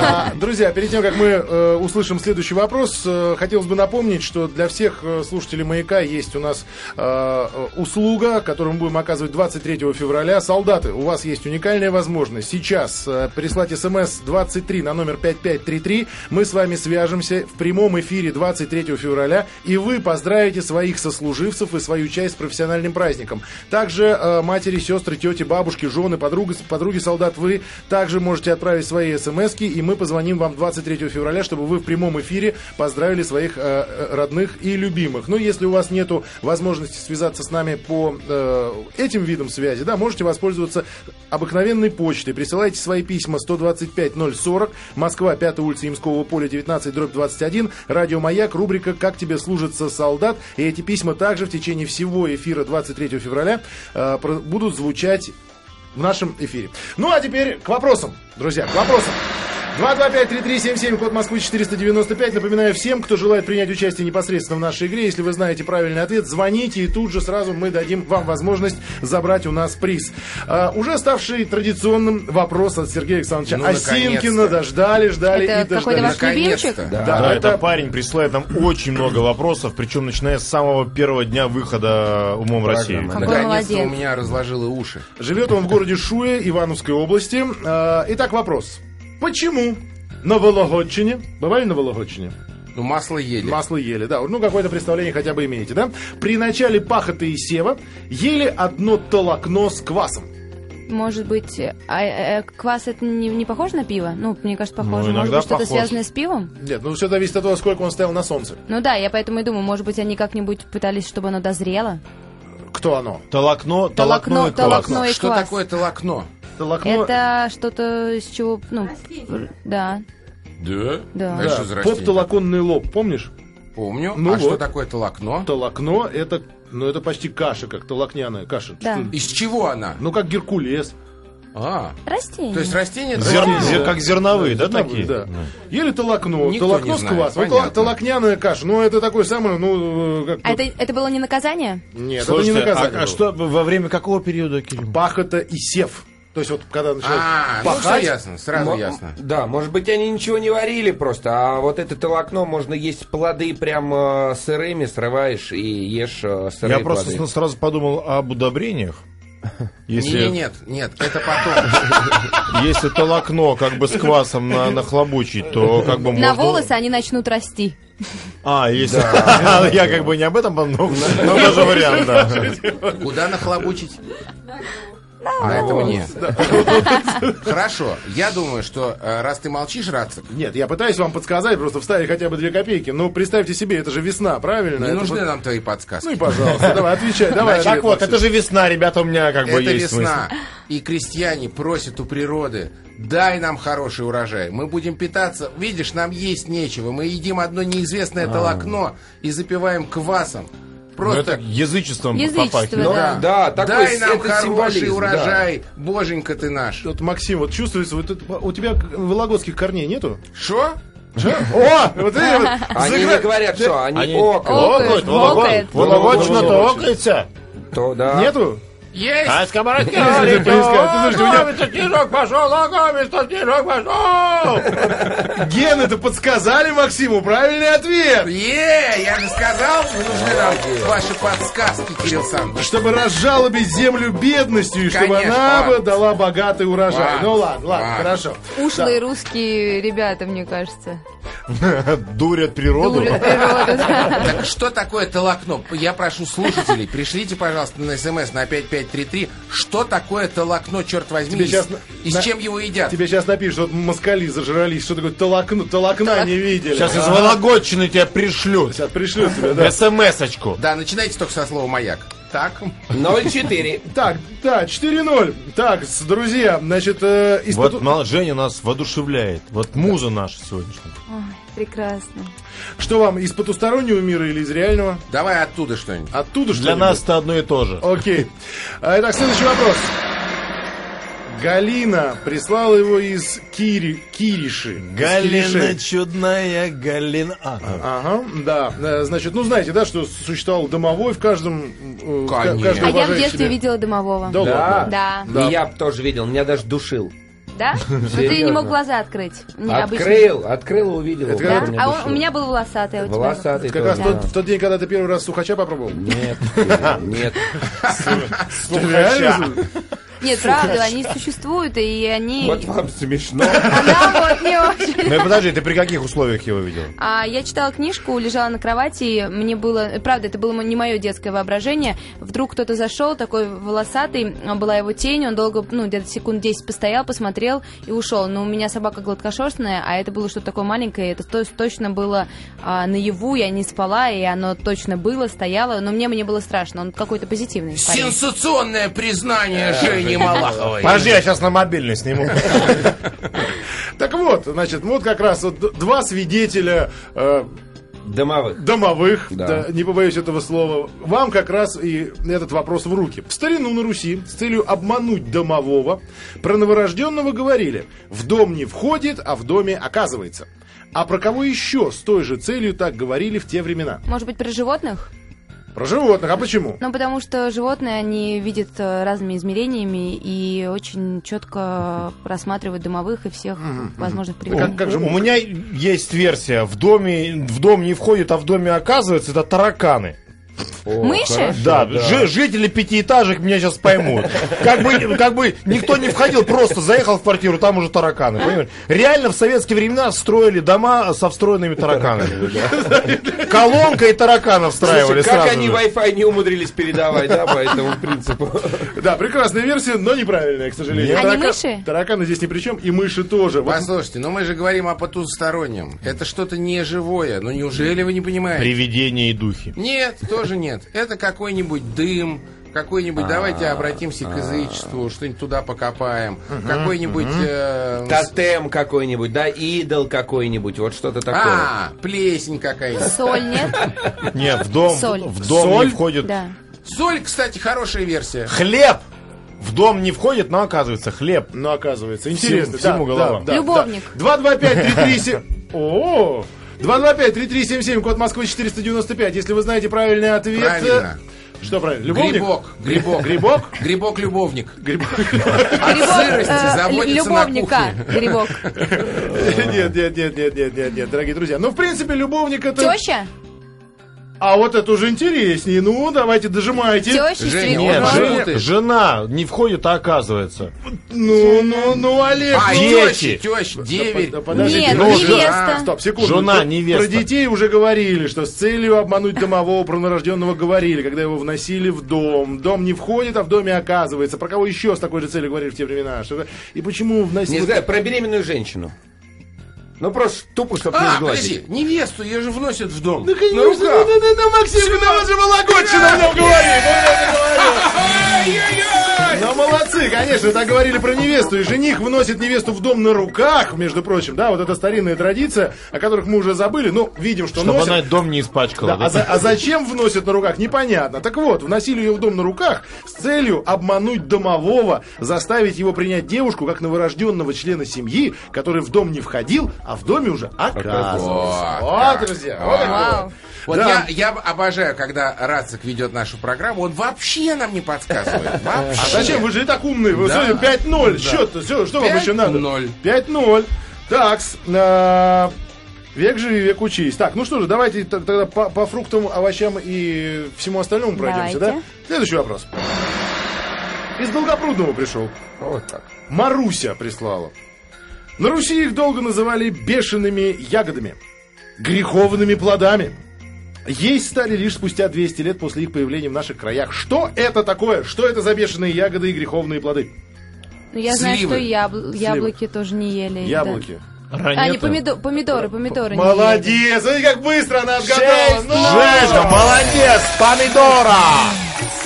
Speaker 3: А, Друзья, перед тем, как мы э, услышим следующий вопрос, э, хотелось бы напомнить, что для всех э, слушателей «Маяка» есть у нас э, э, услуга, которую мы будем оказывать 23 февраля. Солдаты, у вас есть уникальная возможность сейчас э, прислать смс 23 на номер 5533. Мы с вами свяжемся в прямом эфире 23 февраля, и вы поздравите своих сослуживцев и свою часть с профессиональным праздником. Также э, матери, сестры, тети, бабушки, жены, подруги, подруги солдат, вы также можете отправить свои смс и мы позвоним вам 23 февраля, чтобы вы в прямом эфире поздравили своих э, э, родных и любимых. Но если у вас нет возможности связаться с нами по э, этим видам связи, да, можете воспользоваться обыкновенной почтой. Присылайте свои письма 125-040, Москва, 5 улица Имского поля, 19, дробь 21, Радио Маяк, рубрика «Как тебе служится солдат». И эти письма также в течение всего эфира 23 февраля э, про- будут звучать в нашем эфире. Ну а теперь к вопросам, друзья, к вопросам. 225-3377, код Москвы 495. Напоминаю всем, кто желает принять участие непосредственно в нашей игре, если вы знаете правильный ответ, звоните, и тут же сразу мы дадим вам возможность забрать у нас приз. А, уже ставший традиционным вопрос от Сергея Александровича
Speaker 6: Ну,
Speaker 3: Осинкина.
Speaker 6: наконец-то.
Speaker 3: Дождали, ждали и
Speaker 5: Это какой-то
Speaker 3: дождались.
Speaker 5: ваш
Speaker 6: Наконец-то.
Speaker 5: любимчик?
Speaker 6: Да.
Speaker 3: Да,
Speaker 2: Да,
Speaker 3: это-
Speaker 2: это парень присылает нам очень много вопросов, причем начиная с самого первого дня выхода «Умом России».
Speaker 5: Какой
Speaker 6: Наконец-то у
Speaker 5: молодец.
Speaker 6: меня разложило уши.
Speaker 3: Живет он в городе Шуе, Ивановской области. А, итак, вопрос. Почему на Вологодчине, бывали на Вологодчине?
Speaker 6: Ну, масло ели.
Speaker 3: Масло ели, да. Ну, какое-то представление хотя бы имеете, да? При начале пахоты и сева ели одно толокно с квасом.
Speaker 5: Может быть, э, а, э, квас это не, не похож на пиво? Ну, мне кажется, похоже.
Speaker 2: иногда
Speaker 5: Может быть, что-то
Speaker 2: похож.
Speaker 5: связанное с пивом?
Speaker 3: Нет, ну все зависит от того, сколько он стоял на солнце.
Speaker 5: Ну да, я поэтому и думаю, может быть, они как-нибудь пытались, чтобы оно дозрело.
Speaker 3: Кто оно?
Speaker 2: Толокно, толокно
Speaker 5: Толокно-
Speaker 2: и квас.
Speaker 5: толокно. Ну и
Speaker 6: Что
Speaker 5: класс.
Speaker 6: такое толокно?
Speaker 3: Толокно.
Speaker 5: Это что-то из чего, ну, да,
Speaker 6: Да?
Speaker 5: Да.
Speaker 6: А что за
Speaker 3: поп
Speaker 6: растение?
Speaker 3: толоконный лоб, помнишь?
Speaker 6: Помню.
Speaker 3: Ну
Speaker 6: а
Speaker 3: вот.
Speaker 6: что такое толокно?
Speaker 3: Толокно это, ну это почти каша, как толокняная каша.
Speaker 5: Да.
Speaker 3: Что-
Speaker 6: Из чего она?
Speaker 3: Ну как геркулес.
Speaker 6: А,
Speaker 5: растение.
Speaker 6: то есть растение...
Speaker 2: Зер-
Speaker 6: толокно.
Speaker 2: зер- как зерновые, да,
Speaker 3: Зерновые,
Speaker 2: такие?
Speaker 3: Да. Ели толокно,
Speaker 6: Никто
Speaker 3: толокно
Speaker 6: не
Speaker 3: с
Speaker 6: знает,
Speaker 3: квасом. Ну,
Speaker 6: понятно.
Speaker 3: толокняная каша. Ну это такое самое, ну э, как.
Speaker 5: А это, это было не наказание?
Speaker 3: Нет,
Speaker 2: Слушайте,
Speaker 3: это не наказание.
Speaker 2: а, а
Speaker 3: было.
Speaker 2: что во время какого периода, Кирилл?
Speaker 3: Пахота и сев. То есть вот когда начинают
Speaker 6: А, ну все
Speaker 3: пахать,
Speaker 6: ясно, сразу
Speaker 4: Мо-
Speaker 6: ясно.
Speaker 4: Да, может быть, они ничего не варили просто, а вот это толокно можно есть плоды прям э, сырыми, срываешь и ешь э, сырые
Speaker 2: Я просто
Speaker 4: плоды.
Speaker 2: с- сразу подумал об удобрениях.
Speaker 6: Не,
Speaker 2: Если,
Speaker 6: не, нет, нет, это потом.
Speaker 2: если толокно как бы с квасом на, нахлобучить, то как бы можно...
Speaker 5: На волосы они начнут расти.
Speaker 2: А, если... Я как бы не об этом подумал, но тоже вариант, да.
Speaker 6: Куда нахлобучить? А На этого нет. Хорошо, я думаю, что э, раз ты молчишь, Рацик,
Speaker 3: Нет, я пытаюсь вам подсказать, просто вставить хотя бы две копейки. Но представьте себе, это же весна, правильно?
Speaker 6: не
Speaker 3: Это
Speaker 6: нужны
Speaker 3: вот-
Speaker 6: нам твои подсказки.
Speaker 3: Ну и пожалуйста, давай, отвечай, давай.
Speaker 2: Так
Speaker 3: ответ,
Speaker 2: вот,
Speaker 3: Максим.
Speaker 2: это же весна, ребята, у меня как бы
Speaker 6: Это
Speaker 2: есть смысл.
Speaker 6: весна, и крестьяне просят у природы, дай нам хороший урожай, мы будем питаться, видишь, нам есть нечего, мы едим одно неизвестное толокно и запиваем квасом.
Speaker 2: Ну,
Speaker 6: Просто Ну,
Speaker 2: это язычеством
Speaker 5: Язычество,
Speaker 2: попахивает.
Speaker 5: да.
Speaker 4: да, такой
Speaker 6: дай нам
Speaker 4: это
Speaker 6: хороший
Speaker 4: символизм, да.
Speaker 6: урожай, боженька ты наш.
Speaker 3: Вот, Максим, вот чувствуется, вот это- у тебя вологодских корней нету?
Speaker 6: Что?
Speaker 3: О, вот это вот.
Speaker 4: Они не
Speaker 3: Заигра-
Speaker 4: говорят, что они,
Speaker 2: Они-
Speaker 4: около.
Speaker 2: Окает,
Speaker 5: Окает,
Speaker 2: волокот,
Speaker 5: окает.
Speaker 2: волокочно-то окается.
Speaker 4: То, да.
Speaker 3: Нету?
Speaker 6: Есть!
Speaker 2: А скоморохи
Speaker 3: Слушайте, поискать. Слушайте, у меня-
Speaker 2: ловится, снежок пошел, лакомится, снежок пошел.
Speaker 3: Ген, это подсказали Максиму правильный ответ.
Speaker 6: Е, я же сказал, что нужны нам ваши подсказки, Кирилл Александрович.
Speaker 3: Чтобы разжалобить землю бедностью, и чтобы
Speaker 6: Конечно,
Speaker 3: она
Speaker 6: ладно.
Speaker 3: бы дала богатый урожай.
Speaker 6: Ладно,
Speaker 3: Ну ладно, ладно,
Speaker 6: ладно.
Speaker 3: хорошо.
Speaker 5: Ушлые русские ребята, мне кажется.
Speaker 2: Дурят природу.
Speaker 5: Дурят природу, да.
Speaker 6: Так что такое толокно? Я прошу слушателей, пришлите, пожалуйста, на смс на 5533. Что такое толокно, черт возьми?
Speaker 3: Тебе
Speaker 6: и с-
Speaker 3: щас
Speaker 6: и
Speaker 3: на-
Speaker 6: с чем его едят?
Speaker 3: Тебе сейчас напишут, вот москали зажрались, что такое толокно, толокна не видели.
Speaker 2: Сейчас из
Speaker 3: А,
Speaker 2: Вологодчины тебя пришлют.
Speaker 3: сейчас пришлю тебе, да.
Speaker 2: СМС-очку.
Speaker 6: Да, начинайте только со слова «маяк». Так.
Speaker 4: 0,4.
Speaker 3: Так, да, 4-0. Так, с- друзья, значит, э, испыту-
Speaker 2: Вот мало- Женя нас воодушевляет. Вот муза наша сегодняшняя.
Speaker 5: Ой, прекрасно.
Speaker 3: что вам, из потустороннего мира или из реального?
Speaker 6: Давай оттуда что-нибудь.
Speaker 3: Оттуда что
Speaker 2: Для нас это одно и то же.
Speaker 3: Окей. А, Итак, следующий вопрос. Галина прислала его из Кири... Кириши. Из Киришей.
Speaker 2: чудная Галина. А,
Speaker 3: Ага, да. Э, Значит, ну знаете, да, что существовал домовой в каждом... э, в ка-
Speaker 6: Конечно.
Speaker 3: каждой
Speaker 5: А я в
Speaker 3: уважающей
Speaker 5: детстве
Speaker 3: себе-
Speaker 5: видела домового.
Speaker 3: Да,
Speaker 4: А.
Speaker 3: ладно.
Speaker 5: Да.
Speaker 4: И я б тоже видел, меня даже душил.
Speaker 5: Да? Но ты не
Speaker 4: Серьезно?
Speaker 5: мог глаза открыть. Необычно.
Speaker 4: Открыл, открыл и увидел.
Speaker 3: Это
Speaker 4: как
Speaker 5: Да?
Speaker 3: когда
Speaker 4: он меня
Speaker 5: А он-
Speaker 4: душил.
Speaker 5: у меня был волосатый. а у тебя?
Speaker 4: Волосатый
Speaker 3: Как раз
Speaker 4: тоже,
Speaker 3: тот-
Speaker 4: да.
Speaker 3: в тот день, когда ты первый раз сухача попробовал?
Speaker 4: Нет, нет.
Speaker 3: Реально?
Speaker 5: Нет, правда, они существуют, и они...
Speaker 4: Вот вам смешно.
Speaker 5: Да, вот не очень.
Speaker 2: Ну и подожди, ты при каких условиях его видел?
Speaker 5: А я читала книжку, лежала на кровати, мне было, правда, это было мо- не мое детское воображение. Вдруг кто-то зашел, такой волосатый, а, была его тень, он долго, ну, где-то секунд 10 постоял, посмотрел и ушел. Но у меня собака гладкошерстная, а это было что-то такое маленькое, это то- точно было а, наяву, я не спала, и оно точно было, стояло, но мне, мне было страшно, он какой-то позитивный. парень.
Speaker 6: Сенсационное признание Жени Малаховой.
Speaker 2: Подожди, я сейчас на мобильный сниму.
Speaker 3: Так вот, значит, вот как раз вот д- два свидетеля э,
Speaker 4: Домовых.
Speaker 3: домовых,
Speaker 4: Да.
Speaker 3: да, не побоюсь этого слова, вам как раз и этот вопрос в руки. В старину на Руси с целью обмануть домового про новорожденного говорили «в дом не входит, а в доме оказывается». А про кого еще с той же целью так говорили в те времена?
Speaker 5: Может быть, про животных?
Speaker 3: Про животных, а почему?
Speaker 5: Ну, потому что животные, они видят э, разными измерениями и очень четко просматривают домовых и всех возможных
Speaker 3: Как-
Speaker 5: привычек.
Speaker 3: как же
Speaker 2: У меня есть версия. В доме, в дом не входит, а в доме оказывается, это тараканы.
Speaker 4: О,
Speaker 5: Мыши?
Speaker 4: хорошо,
Speaker 2: Да, жи- жители пятиэтажек меня сейчас поймут. Как бы, как бы никто не входил, просто заехал в квартиру, там уже тараканы. понимаешь? Реально в советские времена строили дома со встроенными тараканами. Колонка и таракана встраивали
Speaker 4: Слушай, как
Speaker 2: сразу
Speaker 4: они
Speaker 2: же.
Speaker 4: Wi-Fi не умудрились передавать, да, по этому принципу?
Speaker 3: Да, прекрасная версия, но неправильная, к сожалению.
Speaker 5: Они
Speaker 3: Тарака-
Speaker 5: мыши?
Speaker 3: Тараканы здесь ни при чем, и мыши тоже. Вот
Speaker 6: Послушайте, ну мы же говорим о потустороннем. Это что-то неживое. Ну неужели вы не понимаете?
Speaker 2: Привидения и духи.
Speaker 6: Нет, тоже нет. Это какой-нибудь дым, какой-нибудь, давайте обратимся к язычеству, что-нибудь туда покопаем, какой-нибудь... э, с-
Speaker 4: Тотем какой-нибудь, да, идол какой-нибудь, вот что-то такое.
Speaker 6: А, плесень какая-нибудь.
Speaker 5: Соль нет?
Speaker 2: Нет, в дом,
Speaker 5: Соль.
Speaker 2: в дом
Speaker 3: Соль?
Speaker 2: не входит.
Speaker 5: Да.
Speaker 6: Соль, кстати, хорошая версия.
Speaker 2: Хлеб! В дом не входит, но оказывается хлеб.
Speaker 3: Но оказывается, интересно.
Speaker 2: всему
Speaker 3: да,
Speaker 2: голова.
Speaker 3: да, да,
Speaker 5: Любовник.
Speaker 3: да. 225-337... О! 225-3377, код Москвы 495. Если вы знаете правильный ответ...
Speaker 6: Правильно.
Speaker 3: э, Что правильно? Любовник?
Speaker 6: Грибок, грибок.
Speaker 3: Грибок?
Speaker 6: Грибок-любовник.
Speaker 5: Грибок,
Speaker 6: сырости
Speaker 5: э,
Speaker 6: заботится на
Speaker 5: любовника. Грибок.
Speaker 3: Нет, нет, нет, нет, нет, нет, нет, дорогие друзья. Ну, в принципе, любовник это...
Speaker 5: Теща?
Speaker 3: А вот это уже интереснее. Ну, давайте, дожимайте.
Speaker 5: Теща из
Speaker 6: Женя,
Speaker 5: Твери.
Speaker 2: Нет,
Speaker 6: Ладно.
Speaker 2: жен-
Speaker 6: Ты.
Speaker 2: жена не входит, а оказывается.
Speaker 3: Ну, ну, ну, Олег,
Speaker 6: А,
Speaker 3: ну,
Speaker 6: теща,
Speaker 2: Дети.
Speaker 6: теща, деверь.
Speaker 3: Да подожди,
Speaker 5: Нет,
Speaker 3: ну,
Speaker 5: невеста.
Speaker 3: жена- Стоп, секунду.
Speaker 2: Жена,
Speaker 3: Про-
Speaker 2: невеста.
Speaker 3: Про детей уже говорили, что с целью обмануть домового пронарожденного говорили, когда его вносили в дом. Дом не входит, а в доме оказывается. Про кого еще с такой же целью говорили в те времена? Что это- И почему вносили...
Speaker 4: Не знаю, про беременную женщину. Ну просто тупо, чтобы не
Speaker 6: А,
Speaker 4: сглазить.
Speaker 6: подожди, невесту, ее же вносят в дом.
Speaker 3: Ну, конечно,
Speaker 6: На руках.
Speaker 3: ну, ну, ну, Максим, ну, он же Вологодчина в нем говорит. Ну, молодцы, конечно, так говорили про невесту. И жених вносит невесту в дом на руках, между прочим. Да, вот эта старинная традиция, о которых мы уже забыли. Ну, видим, что
Speaker 2: Чтобы
Speaker 3: носят.
Speaker 2: она дом не испачкала.
Speaker 3: Да, а, за- а зачем вносят на руках, непонятно. Так вот, вносили ее в дом на руках с целью обмануть домового, заставить его принять девушку как новорожденного члена семьи, который в дом не входил, а в доме уже оказывается.
Speaker 6: Вот
Speaker 3: Вот, друзья, вот так вот.
Speaker 5: Вау.
Speaker 6: Вот
Speaker 3: Да.
Speaker 6: я, я обожаю, когда Рацик ведет нашу программу, он вообще нам не подсказывает. Вообще.
Speaker 3: А зачем? Вы же и так умные. Вы сегодня 5-0. Счет, все, что вам еще надо?
Speaker 6: 5:0.
Speaker 3: 5-0. Такс. э, Век живи, век учись. Так, ну что же, давайте т- тогда по, по фруктам, овощам и всему остальному пройдемся, да?
Speaker 5: Давайте.
Speaker 3: Следующий вопрос. Из Долгопрудного пришел.
Speaker 6: Вот так.
Speaker 3: Маруся прислала. На Руси их долго называли бешеными ягодами, греховными плодами, Ей стали лишь спустя 200 лет после их появления в наших краях. Что это такое? Что это за бешеные ягоды и греховные плоды?
Speaker 5: Ну, я знаю,
Speaker 6: Сливы.
Speaker 5: что ябл- яблоки тоже не ели. да.
Speaker 3: Яблоки.
Speaker 5: А, не помидо- помидоры, помидоры не ели.
Speaker 3: Молодец! Смотри, как быстро она отгадала! Ну!
Speaker 2: Жека, молодец, помидора!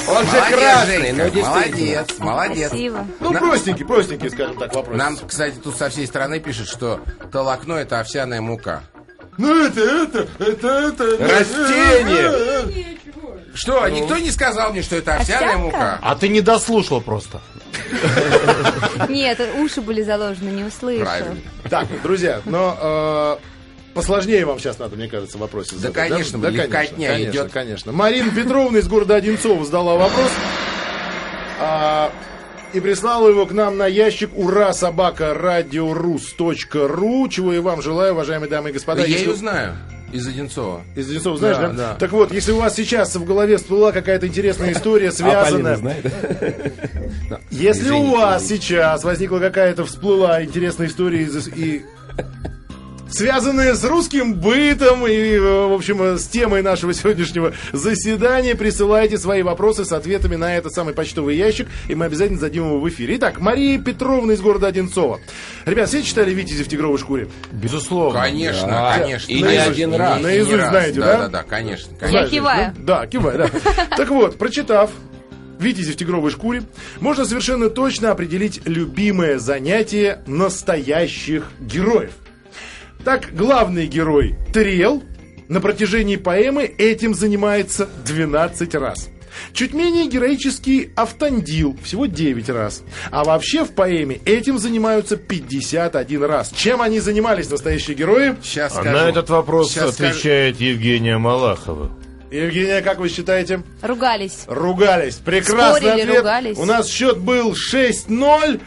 Speaker 4: Он же
Speaker 6: Молодец,
Speaker 4: красный,
Speaker 6: Женька,
Speaker 4: ну действительно.
Speaker 6: молодец, молодец.
Speaker 5: Красиво.
Speaker 3: Ну, простенький, простенький, скажем так, вопрос.
Speaker 6: Нам, кстати, тут со всей стороны пишут, что толокно это овсяная мука.
Speaker 3: Ну, это, это, это, это... это-
Speaker 4: Растение.
Speaker 6: Что, никто не сказал мне, что это овсяная
Speaker 5: Овсянка?
Speaker 6: мука?
Speaker 2: А ты не дослушал просто.
Speaker 5: Нет, уши были заложены, не услышал.
Speaker 6: Правильно.
Speaker 3: Так, друзья, но э, посложнее вам сейчас надо, мне кажется, вопросе задать.
Speaker 6: конечно, легкотня
Speaker 3: конечно,
Speaker 6: идет.
Speaker 3: Конечно. Марина Петровна из города Одинцова задала вопрос. а, и прислала его к нам на ящик ура собака ру, чего и вам желаю, уважаемые дамы и господа.
Speaker 6: Да я
Speaker 3: Если-
Speaker 6: ее знаю из Одинцова.
Speaker 3: из Одинцова, знаешь, да,
Speaker 6: Да, да.
Speaker 3: Так вот, если у вас сейчас в голове всплыла какая-то интересная
Speaker 6: А
Speaker 3: история, связанная... Если у
Speaker 6: Извините,
Speaker 3: вас сейчас возникла какая-то всплыла интересная история из- и связанная с русским бытом и, э, в общем, э, с темой нашего сегодняшнего заседания, присылайте свои вопросы с ответами на этот самый почтовый ящик, и мы обязательно зададим его в эфире. Итак, Мария Петровна из города Одинцова. Ребят, все читали «Витязи в тигровой шкуре»?
Speaker 2: Безусловно.
Speaker 6: Конечно,
Speaker 4: Да.
Speaker 6: конечно.
Speaker 4: И не
Speaker 6: конечно,
Speaker 4: один
Speaker 6: и не-
Speaker 4: раз.
Speaker 6: и не
Speaker 3: Наизусть знаете, да?
Speaker 6: Да, да, конечно. конечно.
Speaker 5: Я
Speaker 3: Знаешь,
Speaker 5: киваю.
Speaker 3: ну, Да, кивай, да. Так вот, прочитав «Витязи в тигровой шкуре», можно совершенно точно определить любимое занятие настоящих героев. Так, главный герой Трел на протяжении поэмы этим занимается 12 раз. Чуть менее героический Автандил всего 9 раз. А вообще в поэме этим занимаются 51 раз. Чем они занимались, настоящие герои?
Speaker 6: Сейчас
Speaker 2: А
Speaker 6: скажу.
Speaker 2: На этот вопрос
Speaker 6: Сейчас скажу.
Speaker 2: отвечает Евгения Малахова.
Speaker 3: Евгения, как вы считаете?
Speaker 5: Ругались.
Speaker 3: Ругались. Прекрасный
Speaker 5: Спорили,
Speaker 3: ответ.
Speaker 5: ругались.
Speaker 3: У нас счет был 6-0.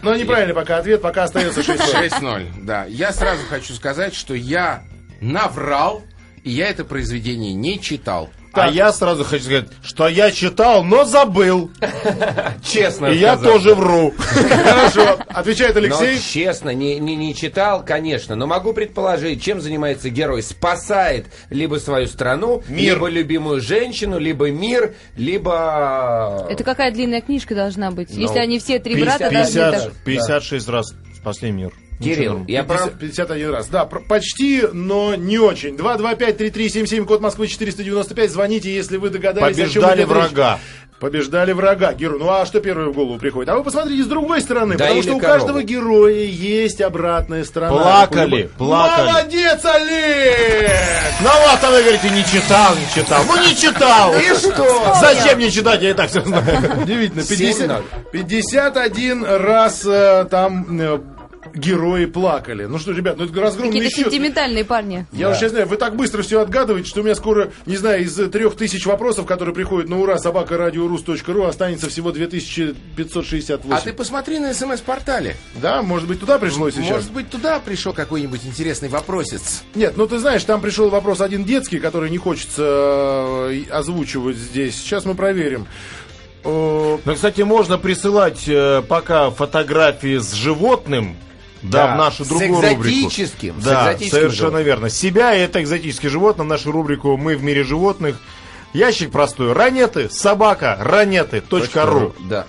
Speaker 3: Но неправильный пока ответ, пока остается 6-0.
Speaker 6: 6-0, да. Я сразу хочу сказать, что я наврал, и я это произведение не читал.
Speaker 2: А я сразу хочу сказать, что я читал, но забыл.
Speaker 4: Честно
Speaker 2: И я
Speaker 4: сказал.
Speaker 2: тоже вру.
Speaker 3: Хорошо. Отвечает
Speaker 4: Но,
Speaker 3: Алексей.
Speaker 4: честно, не, не, не читал, конечно, но могу предположить, чем занимается герой. Спасает либо свою страну,
Speaker 2: Мир.
Speaker 4: либо любимую женщину, либо мир, либо...
Speaker 5: Это какая длинная книжка должна быть?
Speaker 4: Ну,
Speaker 5: Если они все три брата должны так...
Speaker 2: 50, 56 раз спасли мир.
Speaker 4: Кирилл, я прав?
Speaker 3: 50 51 раз. Да, пр- почти, но не очень. 225-3377, код Москвы 495. Звоните, если вы догадались, о чем
Speaker 2: Побеждали
Speaker 3: идет речь.
Speaker 2: врага.
Speaker 3: Побеждали врага. Герой. Ну а что первое в голову приходит? А вы посмотрите с другой стороны,
Speaker 4: Да
Speaker 3: потому
Speaker 4: или
Speaker 3: что у
Speaker 4: корову.
Speaker 3: каждого героя есть обратная сторона.
Speaker 2: Плакали, плакали.
Speaker 3: Молодец, Олег!
Speaker 2: Ну вот, а вы говорите, не читал, не читал. Ну не читал. И что? Зачем мне читать, я и так все знаю.
Speaker 3: Удивительно.
Speaker 4: 7-0.
Speaker 3: 50, 51 раз э, там э, герои плакали. Ну что, ребят, ну это разгромный
Speaker 5: Какие-то
Speaker 3: счет.
Speaker 5: сентиментальные парни.
Speaker 3: Я уже не знаю, вы так быстро все отгадываете, что у меня скоро, не знаю, из трех тысяч вопросов, которые приходят на ура собака ру останется всего 2568.
Speaker 6: А ты посмотри на СМС-портале.
Speaker 3: Да, может быть, туда пришло сейчас?
Speaker 6: Может быть, туда пришел какой-нибудь интересный вопросец.
Speaker 3: Нет, ну ты знаешь, там пришел вопрос один детский, который не хочется э, озвучивать здесь. Сейчас мы проверим. Э,
Speaker 2: Ну, кстати, можно присылать э, пока фотографии с животным. Да,
Speaker 4: Да,
Speaker 2: в нашу
Speaker 4: с
Speaker 2: другую
Speaker 4: экзотическим,
Speaker 2: рубрику.
Speaker 4: с
Speaker 2: Да,
Speaker 4: экзотическим
Speaker 2: совершенно
Speaker 4: животным.
Speaker 2: верно. Себя и это экзотические животные в нашу рубрику «Мы в мире животных». Ящик простой. Ранеты, собака, ранеты.ру.
Speaker 4: Да.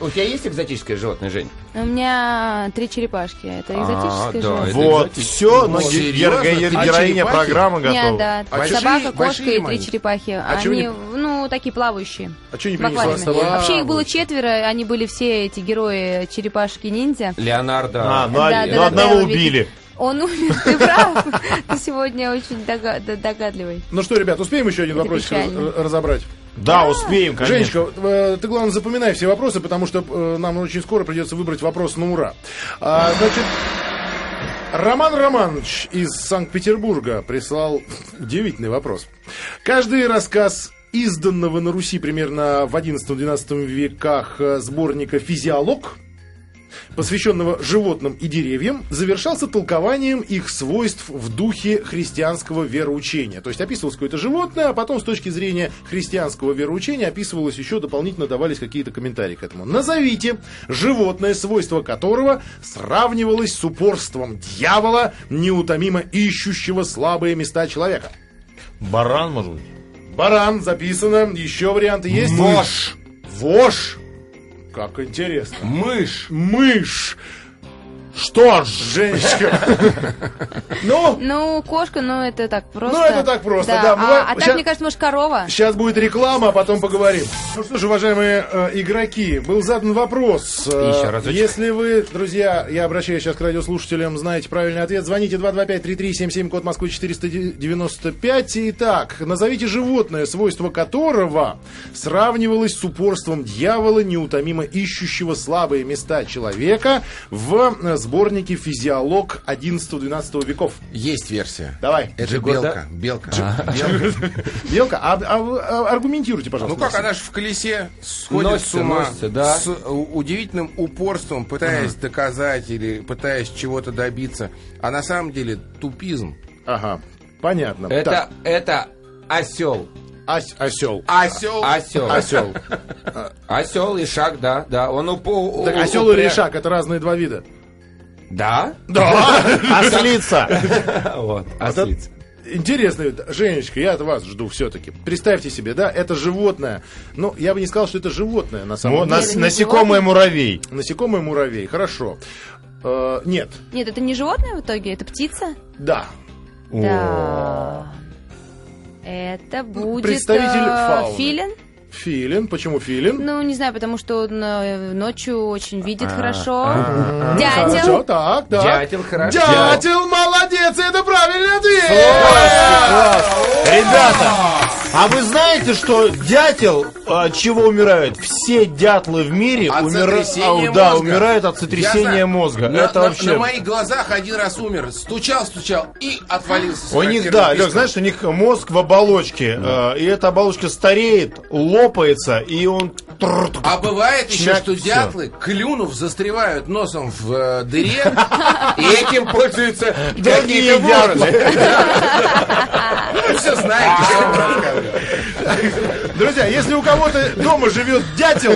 Speaker 4: У тебя есть экзотическое животное, Жень?
Speaker 5: У меня три черепашки. Это экзотическое
Speaker 4: да,
Speaker 5: животное.
Speaker 4: это
Speaker 2: Вот,
Speaker 4: экзотическое. Ну,
Speaker 2: все, но
Speaker 6: Вот.
Speaker 2: ге-
Speaker 6: Серьезно?
Speaker 2: геро- геро-
Speaker 6: А
Speaker 2: героиня
Speaker 6: черепахи?
Speaker 2: программы
Speaker 5: У меня,
Speaker 2: готова.
Speaker 5: да,
Speaker 6: А
Speaker 5: собака,
Speaker 6: чужие-
Speaker 5: кошка
Speaker 6: большие
Speaker 5: и
Speaker 6: маленькие?
Speaker 5: три черепахи.
Speaker 3: чего
Speaker 5: Они,
Speaker 3: не-
Speaker 5: ну, такие плавающие.
Speaker 3: А чё не
Speaker 5: В
Speaker 3: принесла
Speaker 5: аквариуме.
Speaker 3: с собой?
Speaker 5: Вообще их было четверо, они были все эти герои черепашки-ниндзя.
Speaker 4: Леонардо.
Speaker 2: А, ну,
Speaker 5: Да,
Speaker 2: а-
Speaker 5: да,
Speaker 2: ну,
Speaker 5: да,
Speaker 2: одного
Speaker 5: да, я
Speaker 2: убили.
Speaker 5: Он умер, ты прав. Ты сегодня очень дога- д- догадливый.
Speaker 3: Ну что, ребят, успеем еще один
Speaker 5: Это
Speaker 3: вопрос
Speaker 5: печально.
Speaker 3: разобрать?
Speaker 2: Да, успеем, конечно.
Speaker 3: Женечка, э, ты, главное, запоминай все вопросы, потому что э, нам очень скоро придется выбрать вопрос на ура. А, значит, Роман Романович из Санкт-Петербурга прислал удивительный вопрос. Каждый рассказ изданного на Руси примерно в XI-XII веках э, сборника «Физиолог», посвященного животным и деревьям, завершался толкованием их свойств в духе христианского вероучения. То есть описывалось какое-то животное, а потом с точки зрения христианского вероучения описывалось еще дополнительно давались какие-то комментарии к этому. Назовите животное, свойство которого сравнивалось с упорством дьявола, неутомимо ищущего слабые места человека.
Speaker 2: Баран, может быть?
Speaker 3: Баран записано. Еще варианты есть?
Speaker 4: Мышь.
Speaker 3: Вож. Как интересно.
Speaker 4: Мышь.
Speaker 3: Мышь. Что ж, женщина. Ну,
Speaker 5: Ну, кошка, ну это так просто.
Speaker 3: это так просто, да.
Speaker 5: а-
Speaker 3: Бывает-
Speaker 5: а, так,
Speaker 3: щас-
Speaker 5: мне кажется, может, корова?
Speaker 3: Сейчас будет реклама, а потом поговорим. Ну что ж, уважаемые э, игроки, был задан вопрос. Э,
Speaker 4: Еще разочек.
Speaker 3: Если вы, друзья, я обращаюсь сейчас к радиослушателям, знаете правильный ответ, звоните 225-3377, код Москвы 495. Итак, назовите животное, свойство которого сравнивалось с упорством дьявола, неутомимо ищущего слабые места человека в э, сборнике «Физиолог» 11-12 веков.
Speaker 6: Есть версия.
Speaker 3: Давай.
Speaker 6: Это белка. Белка. А. Белка.
Speaker 3: Белка, а- а- а- аргументируйте, пожалуйста.
Speaker 6: Ну как, она же в колесе сходит
Speaker 4: Носится,
Speaker 6: с ума
Speaker 4: носится, да.
Speaker 6: с э, удивительным упорством, пытаясь доказать или пытаясь чего-то добиться. А на самом деле тупизм.
Speaker 3: Ага, понятно.
Speaker 4: Это,
Speaker 3: Так,
Speaker 4: это осел.
Speaker 3: ось- осел.
Speaker 4: А,
Speaker 6: Осел.
Speaker 4: Осел.
Speaker 3: Осел.
Speaker 4: а, Осел и шаг, да, да. Он упо...
Speaker 3: Так, осел и решак это разные два вида.
Speaker 4: Да? А
Speaker 2: Ослица.
Speaker 4: Вот, ослица.
Speaker 3: Интересно, это- Женечка, я от вас жду все-таки. Представьте себе, да, это животное. Ну, я бы не сказал, что это животное на
Speaker 2: Ну,
Speaker 3: самом деле.
Speaker 2: нас- Насекомое муравей.
Speaker 3: Насекомый муравей, хорошо. Э, нет,
Speaker 5: Нет, это не животное в итоге, это птица?
Speaker 3: да.
Speaker 5: Да. Это будет
Speaker 3: представитель
Speaker 5: э,
Speaker 3: фауны.
Speaker 5: филин.
Speaker 3: Филин. Почему филин?
Speaker 5: Ну, не знаю, потому что он э, ночью очень видит
Speaker 3: А.
Speaker 5: хорошо.
Speaker 3: Хорошо,
Speaker 5: Дятел.
Speaker 3: так, да.
Speaker 4: Дятел, хорошо.
Speaker 3: Дятел, молодец, это правильный ответ.
Speaker 2: Ребята, а вы знаете, что дятел а, от чего умирает? Все дятлы в мире
Speaker 6: От
Speaker 2: умира-
Speaker 6: сотрясения
Speaker 2: а, да,
Speaker 6: мозга.
Speaker 2: умирают от
Speaker 6: Я
Speaker 2: сотрясения
Speaker 6: знаю.
Speaker 2: мозга.
Speaker 6: На,
Speaker 2: Это
Speaker 6: на-
Speaker 2: вообще.
Speaker 6: на моих глазах один раз умер. Стучал, стучал и отвалился. с
Speaker 2: У них,
Speaker 6: характерным
Speaker 2: да,
Speaker 6: писком.
Speaker 2: Лёх, знаешь, у них мозг в оболочке, э, и эта оболочка стареет, лопается, и он...
Speaker 6: А бывает еще,
Speaker 2: Чак,
Speaker 6: что
Speaker 2: всё.
Speaker 6: дятлы, клюнув, застревают носом в э, дыре.
Speaker 4: И этим пользуются
Speaker 2: Другие
Speaker 4: другие вороны.
Speaker 6: Вы все знаете, что я вам рассказываю.
Speaker 3: Друзья, если у кого-то дома живет дятел,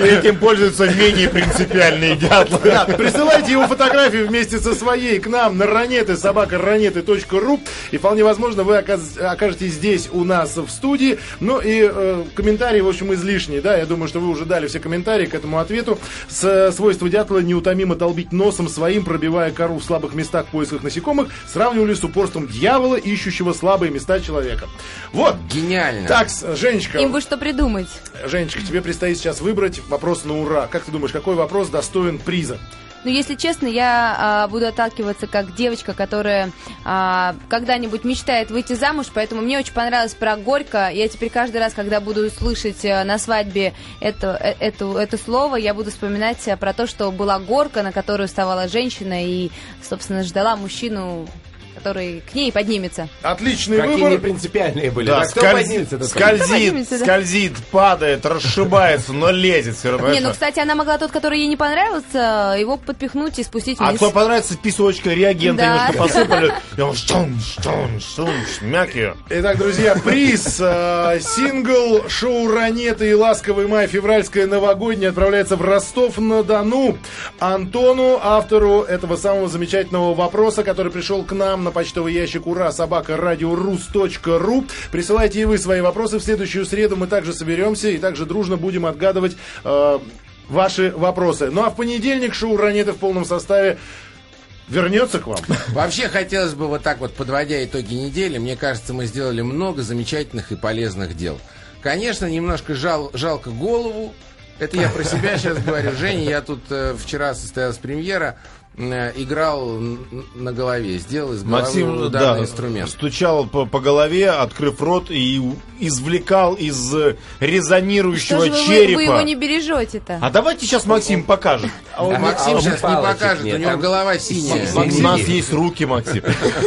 Speaker 2: Этим пользуются менее принципиальные дятлы.
Speaker 3: Да, присылайте его фотографию вместе со своей к нам на ранеты, собака ранеты.ру. И вполне возможно, вы оказ- окажетесь здесь у нас в студии. Ну и э, комментарии, в общем, излишние. Да, я думаю, что вы уже дали все комментарии к этому ответу. С, э, свойство дятла неутомимо долбить носом своим, пробивая кору в слабых местах в поисках насекомых, сравнивали с упорством дьявола, ищущего слабые места человека. Вот.
Speaker 6: Гениально.
Speaker 3: Так, с- Женечка,
Speaker 5: Им бы что придумать.
Speaker 3: Женечка, тебе предстоит сейчас выбрать вопрос на ура. Как ты думаешь, какой вопрос достоин приза?
Speaker 5: Но Ну, если честно, я а, буду отталкиваться как девочка, которая а, когда-нибудь мечтает выйти замуж, поэтому мне очень понравилось про Горько. Я теперь каждый раз, когда буду слышать э, на свадьбе это, э, эту- это слово, я буду вспоминать э, про то, что была горка, на которую вставала женщина и, собственно, ждала мужчину, который к ней поднимется.
Speaker 3: Отличный
Speaker 4: Какие
Speaker 3: выбор.
Speaker 4: непринципиальные были.
Speaker 2: Да,
Speaker 4: Да, кто
Speaker 2: скольз-
Speaker 4: поднимется?
Speaker 2: скользит,
Speaker 5: Поднимется, да.
Speaker 2: скользит, падает, расшибается, но лезет все равно.
Speaker 5: Не, ну, кстати, она могла тот, который ей не понравился, э, его подпихнуть и спустить
Speaker 2: А
Speaker 5: вниз.
Speaker 2: кто понравится, песочка, реагенты
Speaker 5: Да.
Speaker 2: немножко посыпали. И он штун, штун, штун, шмяк ее.
Speaker 3: Итак, друзья, приз э, сингл шоу «Ранеты» и «Ласковый май» февральское новогоднее отправляется в Ростов-на-Дону Антону, автору этого самого замечательного вопроса, который пришел к нам на почтовый ящик ура собака ру. Присылайте и вы свои вопросы. В следующую среду мы также соберемся и также дружно будем отгадывать э, ваши вопросы. Ну а в понедельник шоу «Ранеты» в полном составе вернется к вам.
Speaker 6: Вообще хотелось бы вот так вот, подводя итоги недели, мне кажется, мы сделали много замечательных и полезных дел. Конечно, немножко жал- жалко голову. Это я про себя сейчас говорю. Женя, я тут э, вчера состоялась премьера, э, играл н- н- на голове, сделал из головы
Speaker 2: Максим
Speaker 6: ударный
Speaker 2: да,
Speaker 6: инструмент.
Speaker 2: стучал по, по голове, открыв рот и у- извлекал из э, резонирующего
Speaker 5: Что же вы- вы,
Speaker 2: черепа.
Speaker 5: вы его не бережете-то?
Speaker 2: А давайте сейчас Максим покажет.
Speaker 6: А вот Максим
Speaker 4: а
Speaker 6: сейчас не
Speaker 4: палочек
Speaker 6: покажет,
Speaker 4: нет,
Speaker 6: у него
Speaker 4: там-
Speaker 6: голова синяя.
Speaker 4: Максим,
Speaker 2: У
Speaker 4: Максим,
Speaker 2: нас
Speaker 4: Максим.
Speaker 2: есть руки, Максим.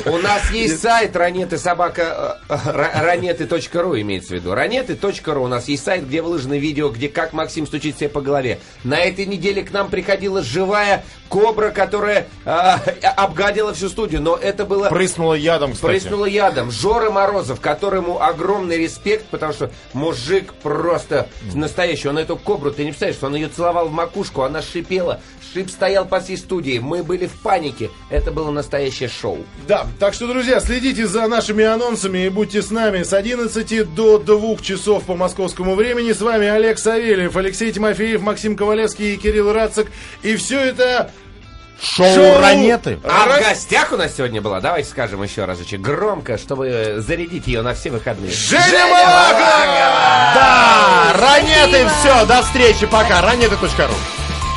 Speaker 4: У нас есть сайт ранеты собака э, ра- ранеты.ру имеется в виду. Ранеты.ру у нас есть сайт, где выложено видео, где как Максим стучит себе по голове. На этой неделе к нам приходила живая кобра, которая а, обгадила всю студию, но это было...
Speaker 2: Прыснула ядом, кстати.
Speaker 4: Прыснула ядом. Жора Морозов, которому огромный респект, потому что мужик просто настоящий. Он эту кобру, ты не представляешь, что он ее целовал в макушку, она шипела. Шип стоял по всей студии. Мы были в панике. Это было настоящее шоу.
Speaker 3: Да, так что, друзья, следите за нашими анонсами и будьте с нами с 11 до 2 часов по московскому времени. С вами Олег Савельев, Алексей Тимофеев, Максим Ковалевский и Кирилл Рацик. И все это...
Speaker 2: Шоу,
Speaker 3: Шоу.
Speaker 2: ранеты.
Speaker 4: А
Speaker 3: Раз-
Speaker 4: в гостях у нас сегодня была, давайте скажем еще разочек, громко, чтобы э, зарядить ее на все выходные.
Speaker 3: Женя Малахов!
Speaker 2: А Да, ранеты, все, до встречи, пока. Ранеты.ру